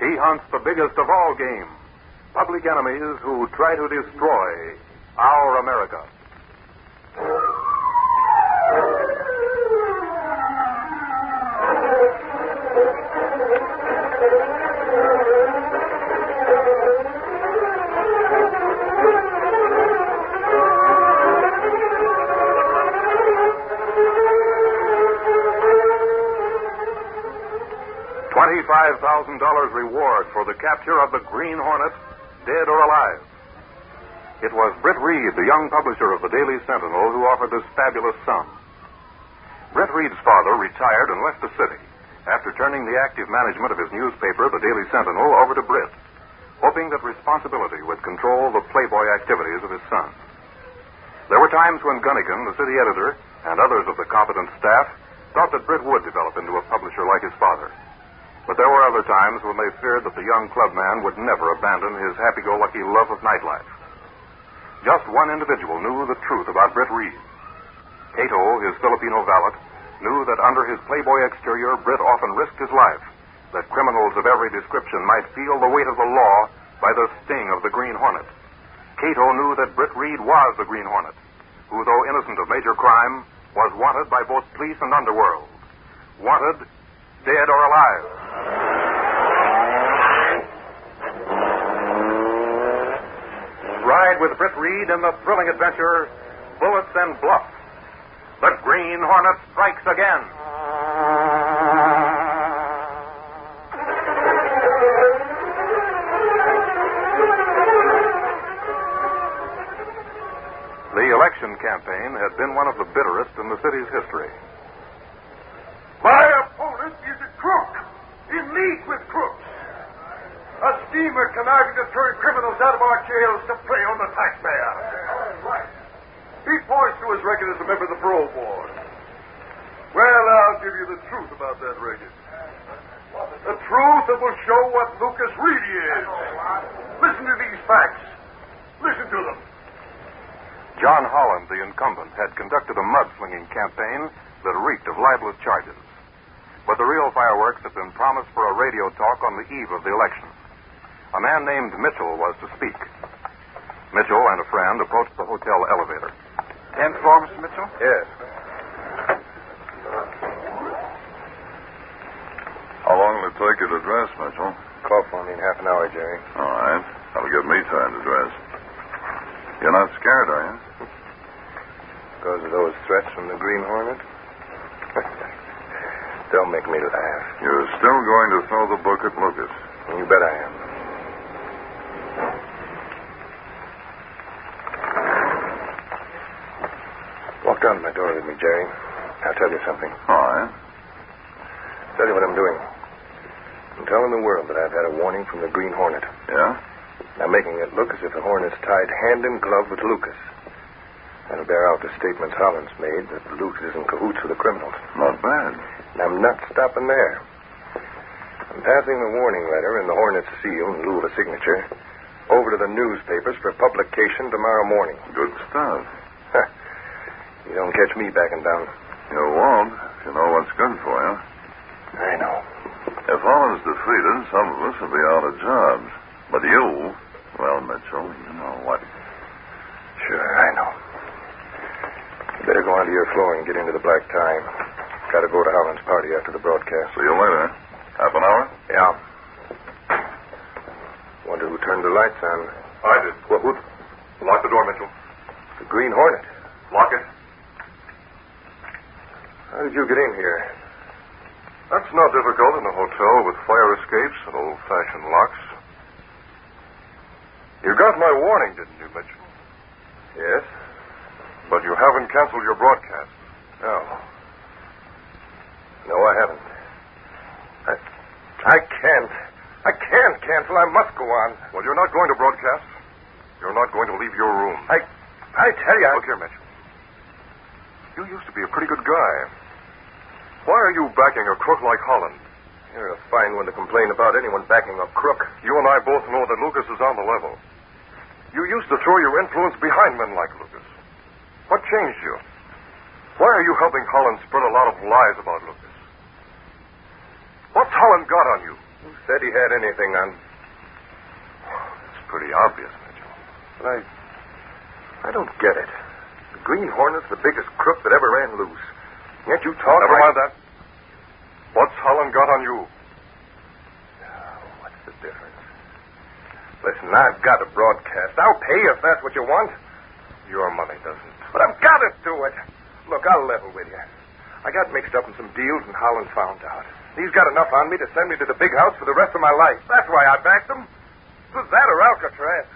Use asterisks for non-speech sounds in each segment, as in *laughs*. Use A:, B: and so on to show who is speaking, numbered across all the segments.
A: announced the biggest of all games public enemies who try to destroy our America. $25,000 reward for the capture of the Green Hornet, dead or alive. It was Britt Reed, the young publisher of the Daily Sentinel, who offered this fabulous sum. Britt Reed's father retired and left the city after turning the active management of his newspaper, the Daily Sentinel, over to Britt, hoping that responsibility would control the playboy activities of his son. There were times when Gunnigan, the city editor, and others of the competent staff thought that Britt would develop into a publisher like his father. But there were other times when they feared that the young clubman would never abandon his happy go lucky love of nightlife. Just one individual knew the truth about Britt Reed. Cato, his Filipino valet, knew that under his playboy exterior, Britt often risked his life, that criminals of every description might feel the weight of the law by the sting of the Green Hornet. Cato knew that Britt Reed was the Green Hornet, who, though innocent of major crime, was wanted by both police and underworld. Wanted, dead or alive. Ride with Britt Reed in the thrilling adventure, Bullets and Bluff. The Green Hornet strikes again. The election campaign had been one of the bitterest in the city's history.
B: My opponent is a crook, in league with crooks. A schemer conniving to turn criminals out of our jails to prey on the taxpayer. He points to his record as a member of the parole board. Well, I'll give you the truth about that record. The truth that will show what Lucas really is. Listen to these facts. Listen to them.
A: John Holland, the incumbent, had conducted a mudslinging campaign that reeked of libelous charges. But the real fireworks had been promised for a radio talk on the eve of the election. A man named Mitchell was to speak. Mitchell and a friend approached the hotel elevator.
C: Tenth floor, Mr. Mitchell?
A: Yes.
D: How long will it take you to dress, Mitchell?
E: Call for me in half an hour, Jerry.
D: All right. That'll give me time to dress. You're not scared, are you?
E: Because of those threats from the Green Hornet? *laughs* Don't make me laugh.
D: You're still going to throw the book at Lucas.
E: You bet I am. Walk down to my door with me, Jerry. I'll tell you something.
D: All right.
E: Tell you what I'm doing. I'm telling the world that I've had a warning from the Green Hornet.
D: Yeah?
E: I'm making it look as if the Hornet's tied hand in glove with Lucas. That'll bear out the statements Holland's made that Lucas is in cahoots with the criminals.
D: Not bad.
E: And I'm not stopping there. I'm passing the warning letter and the Hornet's seal in lieu of a signature over to the newspapers for publication tomorrow morning.
D: Good stuff.
E: *laughs* you don't catch me backing down.
D: You won't if you know what's good for you.
E: I know.
D: If Holland's defeated, some of us will be out of jobs. But you, well, Mitchell, you know what.
E: Sure, I know. You better go onto your floor and get into the black tie. Gotta go to Holland's party after the broadcast.
D: See you later. Half an hour?
E: Yeah. Wonder who turned the lights on.
B: I did. What, what? Lock the door, Mitchell.
E: The Green Hornet.
B: Lock it.
E: How did you get in here?
D: That's not difficult in a hotel with fire escapes and old fashioned locks. You got my warning, didn't you, Mitchell?
E: Yes?
D: But you haven't canceled your broadcast.
E: No. No, I haven't. I, I can't. I can't cancel. I must go on.
D: Well, you're not going to broadcast. You're not going to leave your room.
E: I, I tell you, I...
D: Look here, Mitchell. You used to be a pretty good guy. Why are you backing a crook like Holland?
E: You're a fine one to complain about anyone backing a crook.
D: You and I both know that Lucas is on the level. You used to throw your influence behind men like Lucas. What changed you? Why are you helping Holland spread a lot of lies about Lucas? What's Holland got on you?
F: Who said he had anything on.
A: It's pretty obvious, Mitchell.
F: But I. I don't get it. The Green Hornet's the biggest crook that ever ran loose. Yet you talk
A: Never
F: like-
A: mind that. What's Holland got on you?
F: What's the difference? Listen, I've got to broadcast. I'll pay you if that's what you want.
A: Your money doesn't.
F: But I've got to do it. Look, I'll level with you. I got mixed up in some deals, and Holland found out. He's got enough on me to send me to the big house for the rest of my life. That's why I backed him. It was that or Alcatraz.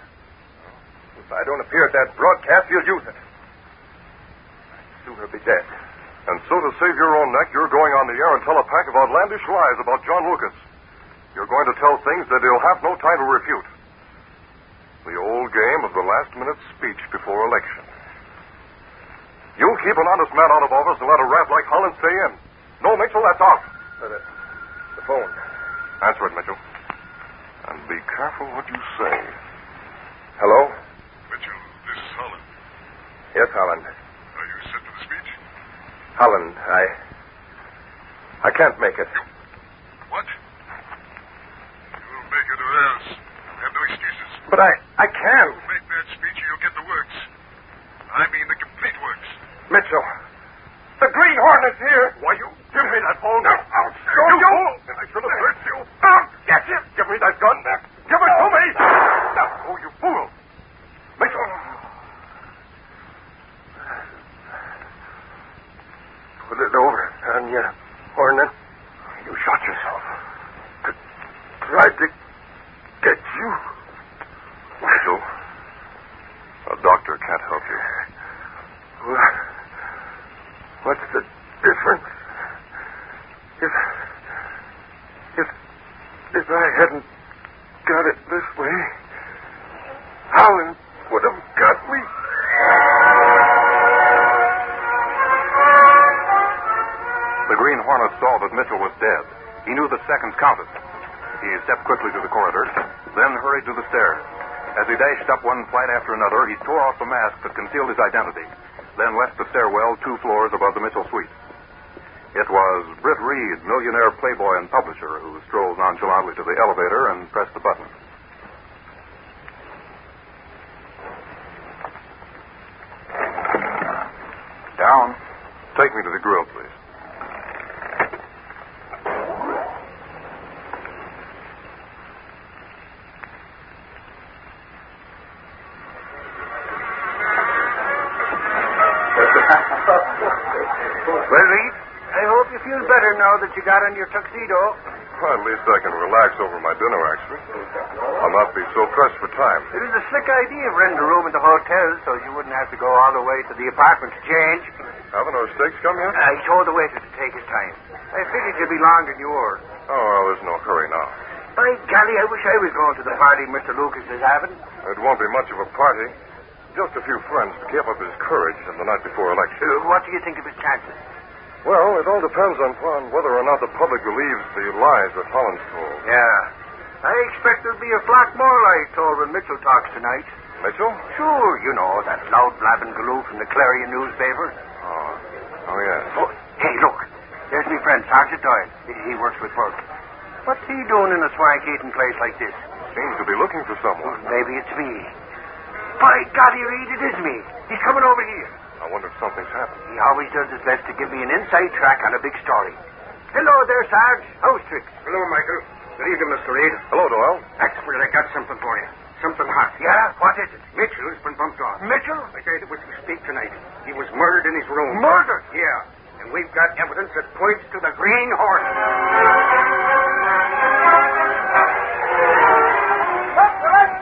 F: If I don't appear at that broadcast, he'll use it. I'd sooner be dead.
A: And so, to save your own neck, you're going on the air and tell a pack of outlandish lies about John Lucas. You're going to tell things that he'll have no time to refute. The old game of the last minute speech before election. You'll keep an honest man out of office and let a rat like Holland stay in. No, Mitchell, that's out.
F: But uh, the phone.
A: Answer it, Mitchell. And be careful what you say.
F: Hello?
G: Mitchell, this is Holland.
F: Yes, Holland.
G: Are you set for the speech?
F: Holland, I. I can't make it.
G: What? You'll make it or else. You have no excuses.
F: But I. I can.
G: Make that speech or you'll get the works. I mean the complete works.
F: Mitchell. The Green Hornet's here.
G: Why, you give me that phone. Now, out.
F: Go,
G: you.
F: you.
G: fool. I should have hurt you. Out. Get him. Give me that gun. Give it to me. Now, oh, you fool. Mitchell.
F: Oh. Put it over on you, Hornet.
G: You shot yourself.
F: Tried to get you.
A: Mitchell, a doctor can't help you.
F: What? What's the difference? If if if I hadn't got it this way, Howland would have got me.
H: The Green Hornet saw that Mitchell was dead. He knew the seconds counted. He stepped quickly to the corridor, then hurried to the stairs. As he dashed up one flight after another, he tore off the mask that concealed his identity, then left the stairwell two floors above the Mitchell suite. It was Britt Reed, millionaire playboy and publisher, who strolled nonchalantly to the elevator and pressed the button.
A: Down. Take me to the grill, please.
E: Well, Reed, I hope you feel better now that you got on your tuxedo.
A: Well, at least I can relax over my dinner, actually. I'll not be so pressed for time.
E: It was a slick idea of renting a room at the hotel so you wouldn't have to go all the way to the apartment to change.
A: Haven't our steaks come yet?
E: I told the waiter to take his time. I figured you'd be longer than you were.
A: Oh, well, there's no hurry now.
E: By golly, I wish I was going to the party Mr. Lucas is having.
A: It won't be much of a party. Just a few friends to keep up his courage in the night before election.
E: Uh, what do you think of his chances?
A: Well, it all depends on, on whether or not the public believes the lies that Holland's told.
E: Yeah. I expect there'll be a flock more like told when Mitchell talks tonight.
A: Mitchell?
E: Sure, Oh, you know, that loud blabbing galoo from the Clarion newspaper.
A: Oh, oh yes.
E: Oh, hey, look. There's my friend, Sergeant Doyle. He- He works with Burke. What's he doing in a swank eating place like this?
A: Seems to be looking for someone.
E: Maybe it's me. By God, he Reed, it is me. He's coming over here.
A: I wonder if something's happened.
E: He always does his best to give me an inside track on a big story. Hello there, Sarge. How's tricks?
B: Hello, Michael. Good evening, Mr. Reed.
A: Hello, Doyle.
B: Actually, I got something for you. Something hot.
E: Yeah? What is it?
B: Mitchell's been bumped off.
E: Mitchell?
B: The guy that was to speak tonight. He was murdered in his room.
E: Murdered?
B: Yeah. And we've got evidence that points to the Green Hornet.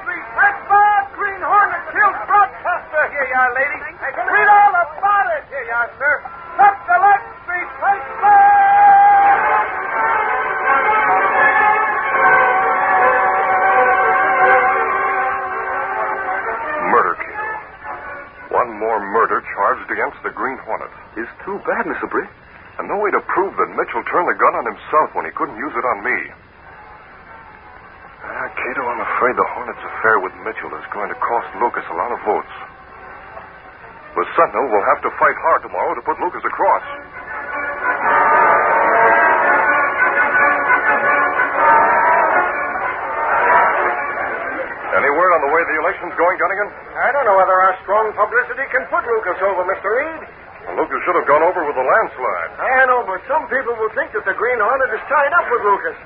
I: Green Hornet killed broadcaster. Here you are, lady. Read all about it. Here you are, sir. Up the left street, place
A: Murder kill. One more murder charged against the Green Hornet.
F: It's too bad, Mr. Britt.
A: And no way to prove that Mitchell turned the gun on himself when he couldn't use it on me. Ah, Cato, I'm afraid the Hornets' affair with Mitchell is going to cost Lucas a lot of votes. The Sentinel will have to fight hard tomorrow to put Lucas across. relations going, Gunnigan?
E: I don't know whether our strong publicity can put Lucas over, Mr. Reed.
A: Well, Lucas should have gone over with a landslide.
E: I know, but some people will think that the Green Hornet is tied up with Lucas.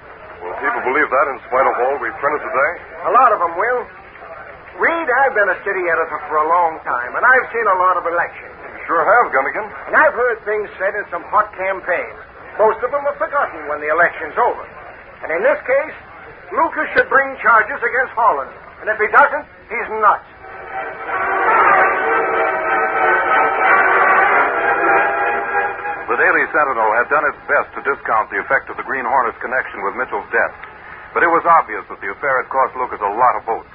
A: Will people believe that in spite of all we've printed today?
E: A lot of them will. Reed, I've been a city editor for a long time, and I've seen a lot of elections.
A: You sure have, Gunnigan.
E: And I've heard things said in some hot campaigns. Most of them are forgotten when the election's over. And in this case, Lucas should bring charges against Holland. And if he doesn't, he's nuts.
H: The Daily Sentinel had done its best to discount the effect of the Green Hornet's connection with Mitchell's death. But it was obvious that the affair had cost Lucas a lot of votes.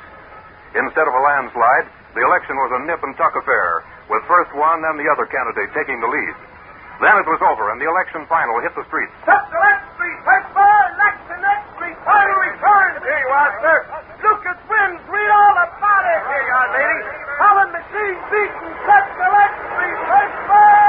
H: Instead of a landslide, the election was a nip and tuck affair, with first one, then the other candidate taking the lead. Then it was over, and the election final hit the streets.
I: Up the left street, first bar, next to next street, final return. Here you are, sir. Lucas wins. Read all about it. Here you are, lady. Holland machine beaten. Cut the left street, first bar.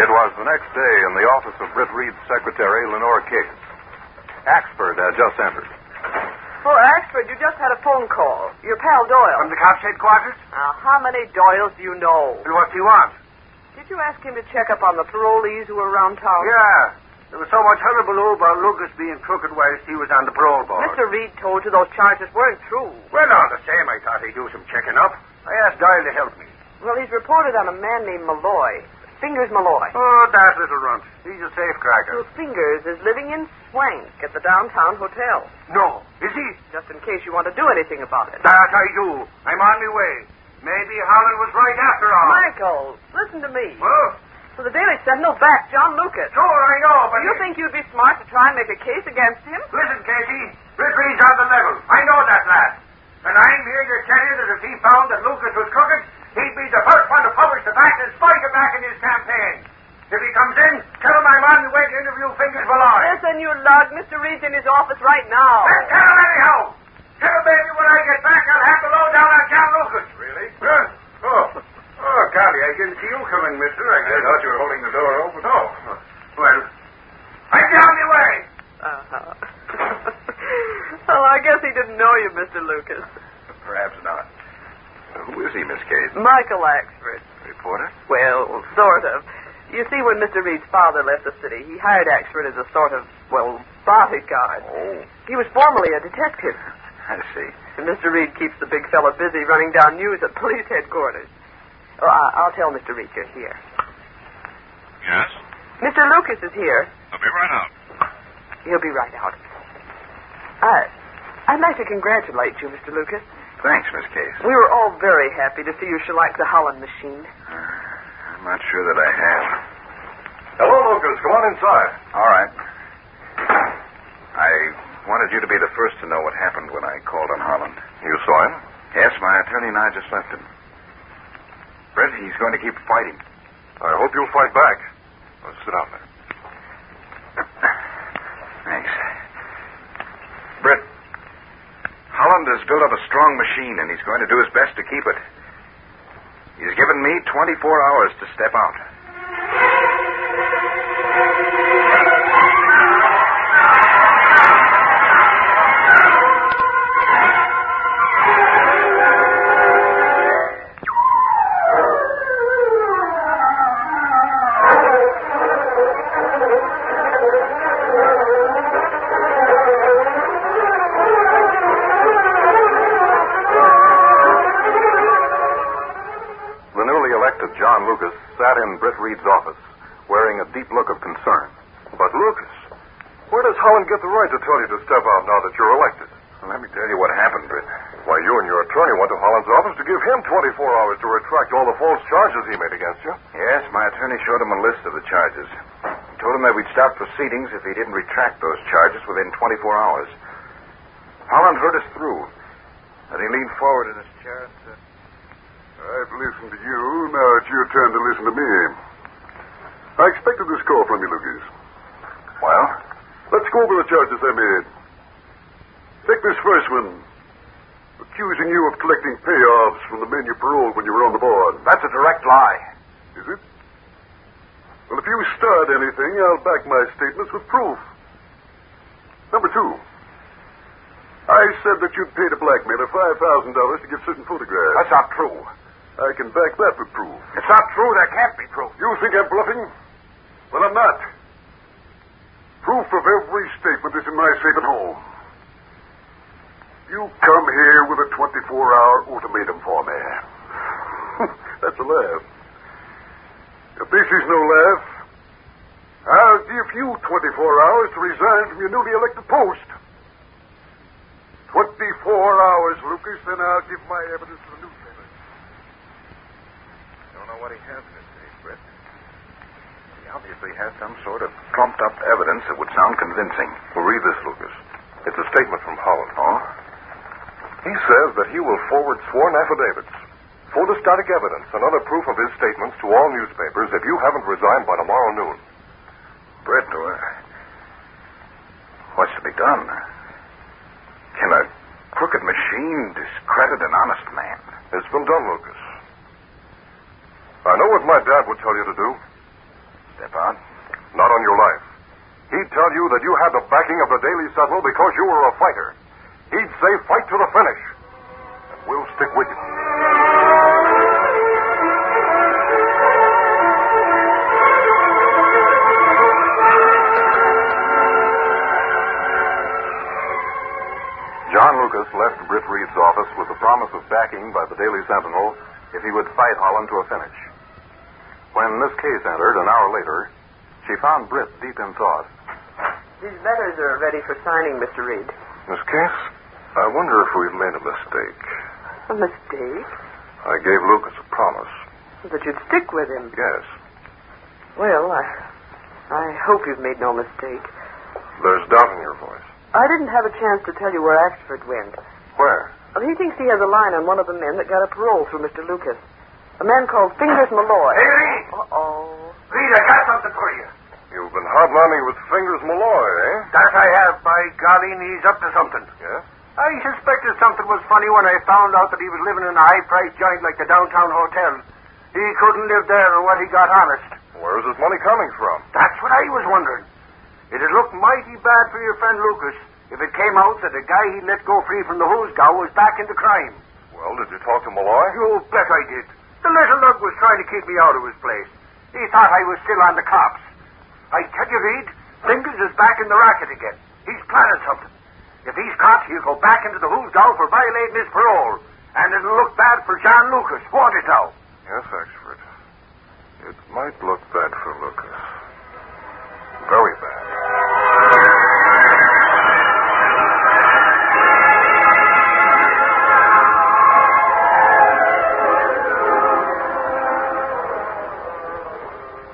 H: It was the next day in the office of Britt Reed's secretary, Lenore Case. Axford uh, had just entered.
J: Oh, Axford, you just had a phone call. Your pal Doyle.
E: From the cops' headquarters?
J: Now, how many Doyles do you know?
E: And what's he want?
J: Did you ask him to check up on the parolees who were around town?
E: Yeah. There was so much hullabaloo about Lucas being crooked whilst he was on the parole board.
J: Mr. Reed told you those charges weren't true.
E: Well, all the same, I thought he'd do some checking up. I asked Doyle to help me.
J: Well, he's reported on a man named Malloy. Fingers Malloy.
E: Oh, that little runt. He's a safecracker.
J: Little Fingers is living in Swank at the downtown hotel,
E: No. Is he?
J: just in case you want to do anything about it.
E: That I do. I'm on my way. Maybe Holland was right after all.
J: Michael, listen to me.
E: Well,
J: So the Daily Sentinel backed John Lucas.
E: sure, I know, but...
J: Do you think you'd be smart to try and make a case against him?
E: Listen, Casey. Ridley's on the level. I know that lad. And I'm here to tell you that if he found that Lucas was crooked, he'd be the first one to publish the fact and spike him back in his campaign. If he comes in, tell him I'm on the way to interview Fingers Malloy.
J: Listen, you lug. Mr. Reed's in his office right *laughs* now.
E: Then tell him anyhow. Tell him, baby, when I get back, I'll have the lowdown on John Lucas.
F: Really? Oh. Oh, golly, I didn't see you coming, mister. I, thought you were holding the door open. No. Well,
E: I'm down the way.
J: Uh-huh. well, I guess he didn't know you, Mr. Lucas.
F: perhaps not. Who is he, Miss Case?
J: Michael Axford.
F: Reporter?
J: Well, sort of. You see, when Mr. Reed's father left the city, he hired Axford as a sort of, well, bodyguard.
F: Oh,
J: He was formerly a detective.
F: I see.
J: And Mr. Reed keeps the big fella busy running down news at police headquarters. Oh, I- I'll tell Mr. Reed you're here.
K: Yes?
J: Mr. Lucas is here.
K: I'll be right out.
J: He'll be right out. I, I'd like to congratulate you, Mr. Lucas.
F: Thanks, Miss Case.
J: We were all very happy to see you shellac the Holland machine.
F: I'm not sure that I have.
A: Hello, Lucas. Come on inside.
F: All right. I wanted you to be the first to know what happened when I called on Holland.
A: You saw him?
F: Yes, my attorney and I just left him. Brett, he's going to keep fighting.
A: I hope you'll fight back. Uh, sit down there.
F: Thanks. Brett, Holland has built up a strong machine, and he's going to do his best to keep it. He's given me 24 hours to step out.
H: The newly elected John Lucas sat in Britt Reed's office, wearing a deep look of concern.
A: But, Lucas, where does Holland get the right to tell you to step out now that you're elected?
F: Let me tell you what happened, Brett.
A: Why, you and your attorney went to Holland's office to give him 24 hours to retract all the false charges he made against you.
F: Yes, my attorney showed him a list of the charges. I told him that we'd stop proceedings if he didn't retract those charges within 24 hours. Holland heard us through. Then he leaned forward in his chair and said,
A: I've listened to you. Now it's your turn to listen to me. I expected this call from you, Lucas.
F: Well?
A: Let's go over the charges they made. Take this first one. Accusing you of collecting payoffs from the men you paroled when you were on the board.
F: That's a direct lie.
A: Is it? Well, if you start anything, I'll back my statements with proof. Number two, I said that you'd paid a blackmailer $5,000 to get certain photographs.
F: That's not true.
A: I can back that with proof.
F: It's not true. There can't be proof.
A: You think I'm bluffing? Well, I'm not. Proof of every statement is in my safe at home. You come here with a 24-hour ultimatum for me. *laughs* That's a laugh. If this is no laugh, I'll give you 24 hours to resign from your newly elected post. 24 hours, Lucas, then I'll give my evidence to the newspapers.
F: Don't know what he has in his safe, Brett. He obviously has some sort of trumped up evidence that would sound convincing.
A: Well, read this, Lucas. It's a statement from Holland.
F: Oh?
A: He says that he will forward sworn affidavits, photostatic evidence, and other proof of his statements to all newspapers if you haven't resigned by tomorrow noon.
F: Brett, or... what's to be done? Can a crooked machine discredit an honest man?
A: It's been done, Lucas. I know what my dad would tell you to do.
F: Step out?
A: Not on your life. He'd tell you that you had the backing of the Daily Sentinel because you were a fighter. He'd say, fight to the finish. And we'll stick with you.
H: John Lucas left Britt Reed's office with the promise of backing by the Daily Sentinel if he would fight Holland to a finish. When Miss Case entered an hour later, she found Britt deep in thought.
J: These letters are ready for signing, Mr. Reed.
A: Miss Case, I wonder if we've made a mistake.
J: A mistake?
A: I gave Lucas a promise.
J: That you'd stick with him.
A: Yes.
J: Well, I, I hope you've made no mistake.
A: There's doubt in your voice.
J: I didn't have a chance to tell you where Axford went.
A: Where?
J: Well, he thinks he has a line on one of the men that got a parole through Mr. Lucas. A man called Fingers Malloy.
E: Hey, Reed!
J: Uh-oh.
E: Reed, I got something for you.
A: You've been hotlining with Fingers Malloy, eh?
E: That I have, by golly, and he's up to something.
A: Yes?
E: I suspected something was funny when I found out that he was living in a high-priced joint like the downtown hotel. He couldn't live there on what he got honest.
A: Where's his money coming from?
E: That's what I was wondering. It'd look mighty bad for your friend Lucas if it came out that the guy he let go free from the Hoosgow was back into crime.
A: Well, did you talk to Malloy?
E: You bet I did. The little lug was trying to keep me out of his place. He thought I was still on the cops. I tell you, Reed, Fingers is back in the racket again. He's planning something. If he's caught, he'll go back into the Hoosgow for violating his parole. And it'll look bad for John Lucas, won't it, now?
A: Yes, Axford. It might look bad for Lucas. Very bad.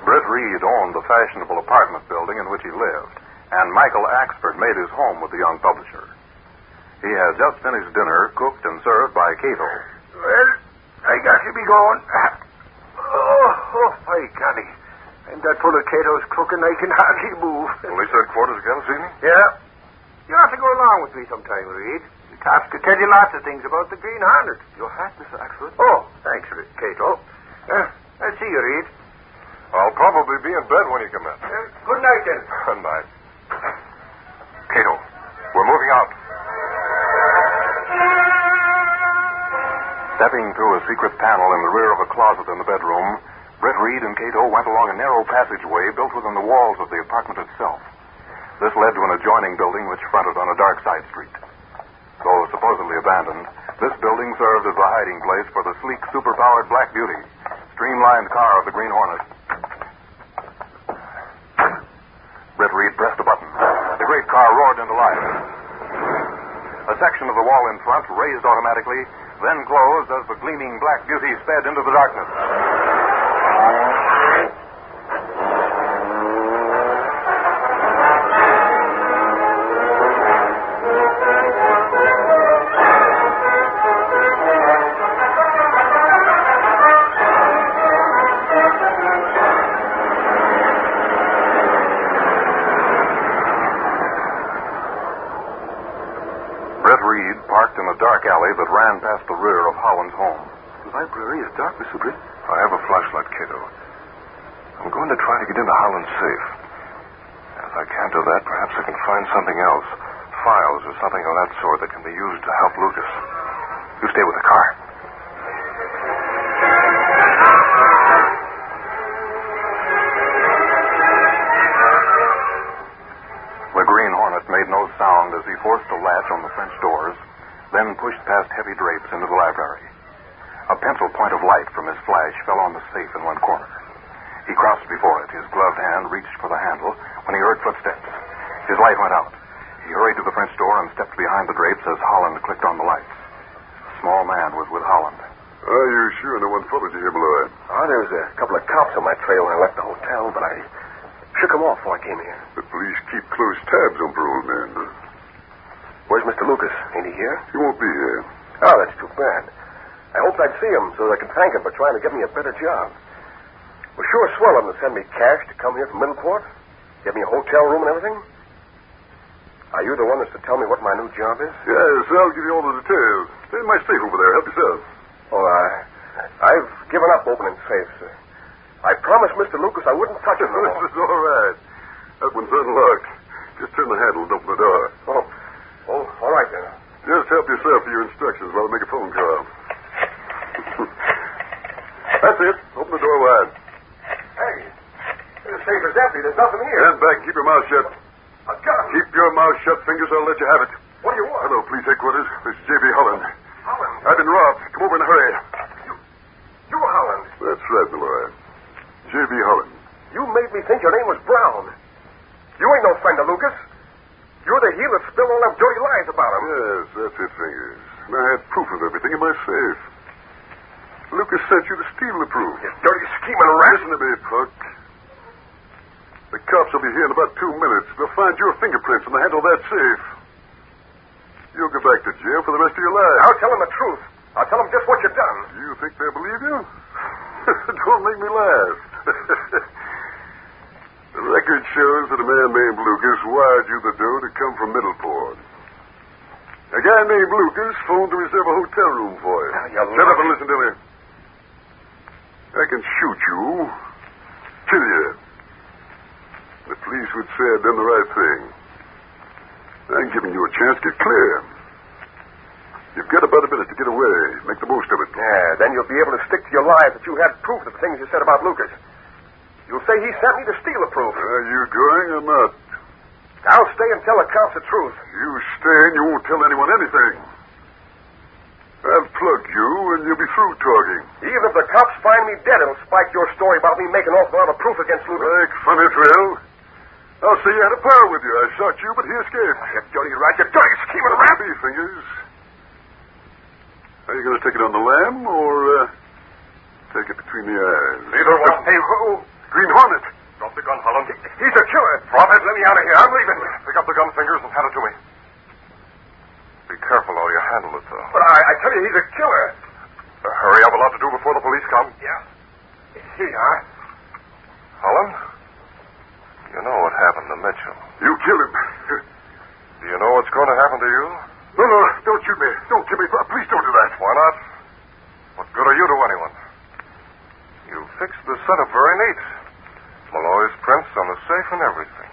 H: Britt Reed owned the fashionable apartment building in which he lived, and Michael Axford made his home with the young publisher. He has just finished dinner, cooked and served by Cato.
E: Well, I got to be going. Oh, oh by golly. I'm that full of Cato's cooking I can hardly move.
A: Well, he's at quarters again this evening?
E: Yeah. You'll have to go along with me sometime, Reed. The cops could tell you lots of things about the Green Hornet.
F: Your hat, Mr. Axford?
E: Oh, thanks, Cato. Uh, I see you, Reed.
A: I'll probably be in bed when you
H: *laughs*
A: come in.
E: Uh, good night, then.
A: Good night. Cato, we're moving out.
H: Stepping through a secret panel in the rear of a closet in the bedroom, Brett Reed and Cato went along a narrow passageway built within the walls of the apartment itself. This led to an adjoining building which fronted on a dark side street. Though supposedly abandoned, this building served as a hiding place for the sleek, superpowered Black Beauty, streamlined car of the Green Hornet. Britt Reed pressed a button. The great car roared into life. A section of the wall in front raised automatically, then closed as the gleaming black beauty sped into the darkness. parked in a dark alley that ran past the rear of Holland's home.
F: The library is dark, Mr. Britt.
A: I have a flashlight, Cato. I'm going to try to get into Holland's safe. If I can't do that, perhaps I can find something else. Files or something of that sort that can be used to help Lucas. You stay with the car. The Green Hornet made no sound as he forced a latch on the French doors, then pushed past heavy drapes into the library. A pencil point of light from his flash fell on the safe in one corner. He crouched before it. His gloved hand reached for the handle when he heard footsteps. His light went out. He hurried to the French door and stepped behind the drapes as Holland clicked on the lights. A small man was with Holland.
D: Are you Ah, sure no one followed you here below that?
F: Oh, there was a couple of cops on my trail when I left the hotel, but I shook them off before I came here.
D: The police keep close tabs on parole men.
F: Where's Mr. Lucas? Ain't he here?
D: He won't be here.
F: Oh, that's too bad. I hoped I'd see him so that I could thank him for trying to get me a better job. Well, sure swell of him to send me cash to come here from Middleport. Give me a hotel room and everything. Are you the one that's to tell me what my new job is?
D: Yes, I'll give you all the details. There's my safe over there. Help yourself. *laughs*
F: Oh, I, I've given up opening safes. I promised Mr. Lucas I wouldn't touch it. No
D: more. *laughs* this is all right. That one's unlocked. Just turn the handle and open the door.
F: Oh, oh, all right then.
D: Just help yourself to your instructions while I make a phone call. *laughs* that's it. Open the door wide.
F: Hey, the safe is empty. There's nothing here.
D: Stand back. Keep your mouth shut.
F: A gun.
D: Keep your mouth shut, Fingers. I'll let you have it.
F: What do you want?
D: Hello, police headquarters. This is J.B. Holland.
F: Holland?
D: I've been robbed. Come over in a hurry.
F: You, you Holland?
D: That's right, Malloy. J.B. Holland.
F: You made me think your name was Brown. You ain't no friend of Lucas. You're the heel that spilled all them dirty lies about him.
D: Yes, that's it, Fingers. And I had proof of everything in my safe. Lucas sent you to steal the proof.
F: You dirty scheming rat.
D: Listen to me, Puck. The cops will be here in about two minutes. They'll find your fingerprints on the handle of that safe. You'll go back to jail for the rest of your life.
F: I'll tell them the truth. I'll tell them just what you've done.
D: You think they'll believe you? *laughs* Don't make me laugh. *laughs* the record shows that a man named Lucas wired you the dough to come from Middleport. A guy named Lucas phoned to reserve a hotel room for you.
F: Now, you
D: Shut up
F: lucky-
D: and listen to me. I can shoot you, kill you. The police would say I'd done the right thing. I'm giving you a chance to get clear. You've got about a minute to get away. Make the most of it.
F: Yeah, then you'll be able to stick to your lies that you had proof of the things you said about Lucas. You'll say he sent me to steal the proof.
D: Are you going or not?
F: I'll stay and tell the cops the truth.
D: You stay and you won't tell anyone anything. I'll plug you and you'll be through talking.
F: Even if the cops find me dead, it'll spike your story about me making off without a proof against Lucas.
D: Like funny drill. I'll say you had a pal with you. I shot you, but he escaped.
F: You dirty rat, you dirty scheming
D: What
F: rat.
D: do you think it is? Are you going to take it on the lamb or uh, take it between the eyes?
F: Neither one. Hey, who?
D: Green Hornet.
F: Drop the gun, Holland. He's a killer. Drop it. Let me out of here. I'm leaving.
A: Pick up the gun fingers and hand it to me. Be careful, or you handle it, though.
F: But I, I tell you, he's a killer.
A: Uh, hurry, I've a lot to do before the police come.
F: Yeah. Here you are.
A: Holland, you know what happened to Mitchell.
D: You killed him.
A: Do you know what's going to happen to you?
D: No, no, don't shoot me. Don't kill me. Please don't do that.
A: Why not? What good are you to anyone? You fixed the setup very neat. Malloy's prints on the safe and everything.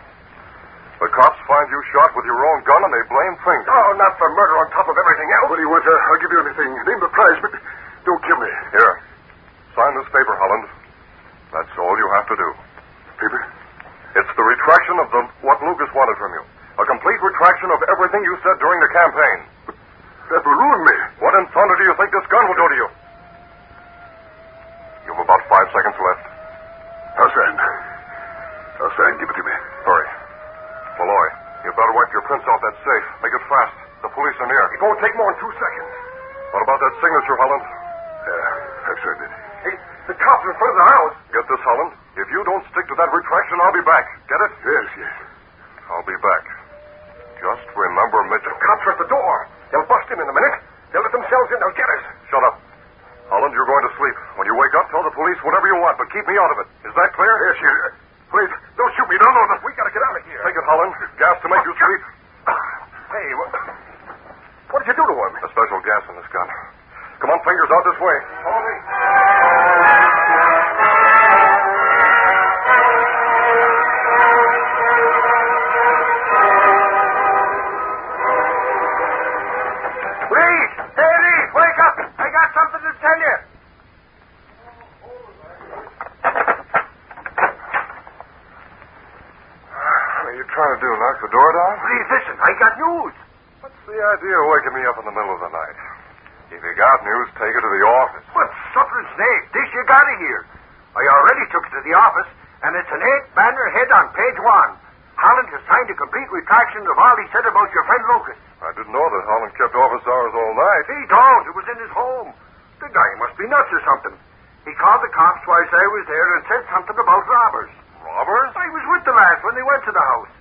A: The cops find you shot with your own gun and they blame Fingers.
F: Oh, not for murder on top of everything else.
D: What do you want? Uh, I'll give you anything. Name the price, but don't kill me.
A: Here. Sign this paper, Holland. That's all you have to do.
D: Paper?
A: It's the retraction of the what Lucas wanted from you. A complete retraction of everything you said during the campaign.
D: That will ruin me.
A: What in thunder do you think this gun will do to you? You've about five seconds left.
D: I'll sign. I'll sign. Give it to me.
A: Hurry. Malloy, you better wipe your prints off that safe. Make it fast. The police are near.
F: It won't take more than two seconds.
A: What about that signature, Holland?
D: Yeah, I've signed it.
F: Hey, the cops are in front of the house.
A: Get this, Holland. If you don't stick to that retraction, I'll be back. Get it?
D: Yes, yes.
A: I'll be back. Just remember Mitchell.
F: Cops are at the door. They'll bust in in a minute. They'll let themselves in. They'll get us.
A: Shut up. Holland, you're going to sleep. When you wake up, tell the police whatever you want, but keep me out of it. Is that clear?
D: Yes, yes. Wait, don't shoot me. No, no, no.
F: We gotta get out of here.
A: Take it, Holland. Gas to make you sleep.
F: *coughs* Hey, what, what did you do to him?
A: A special gas in this gun. Come on, fingers out this way.
F: Follow me. are you trying to do? Knock the door down?
E: Please listen, I got news.
F: What's the idea of waking me up in the middle of the night? If you got news, take it to the office.
E: But suffering snake, this you gotta hear. I already took it to the office, and it's an eight banner head on page one. Holland has signed a complete retraction of all he said about your friend Lucas.
F: I didn't know that Holland kept office hours all night.
E: He don't. It was in his home. The guy must be nuts or something. He called the cops while I was there and said something about robbers.
F: Robbers?
E: I was with the lads when they went to the house.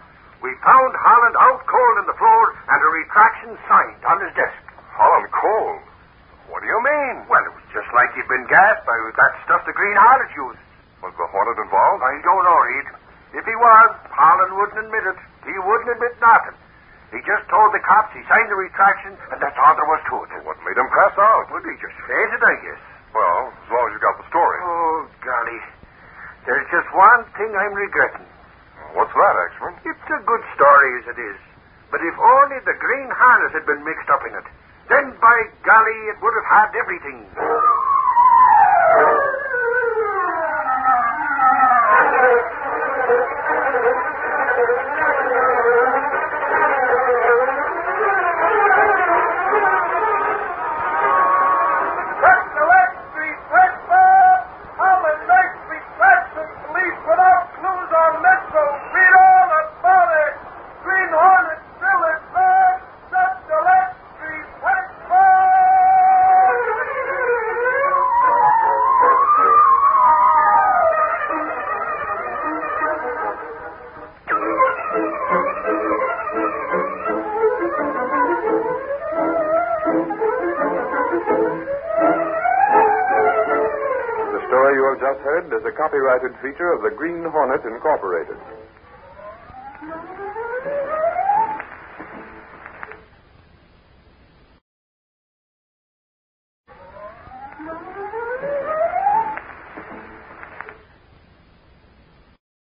E: We found Holland out cold in the floor and a retraction signed on his desk.
F: Holland cold? What do you mean?
E: Well, it was just like he'd been gassed by that stuff the Green Hornet used.
F: Was the Hornet involved?
E: I don't know, Reed. If he was, Holland wouldn't admit it. He wouldn't admit nothing. He just told the cops he signed the retraction, and that's all there was to it.
F: What made him pass out?
E: Well, he just fainted, I guess.
F: Well, as long as you got the story.
E: Oh, golly. There's just one thing I'm regretting.
F: What's that, Axman?
E: It's a good story as it is. But if only the green harness had been mixed up in it, then by golly, it would have had everything.
L: The story you have just heard is a copyrighted feature of the Green Hornet Incorporated.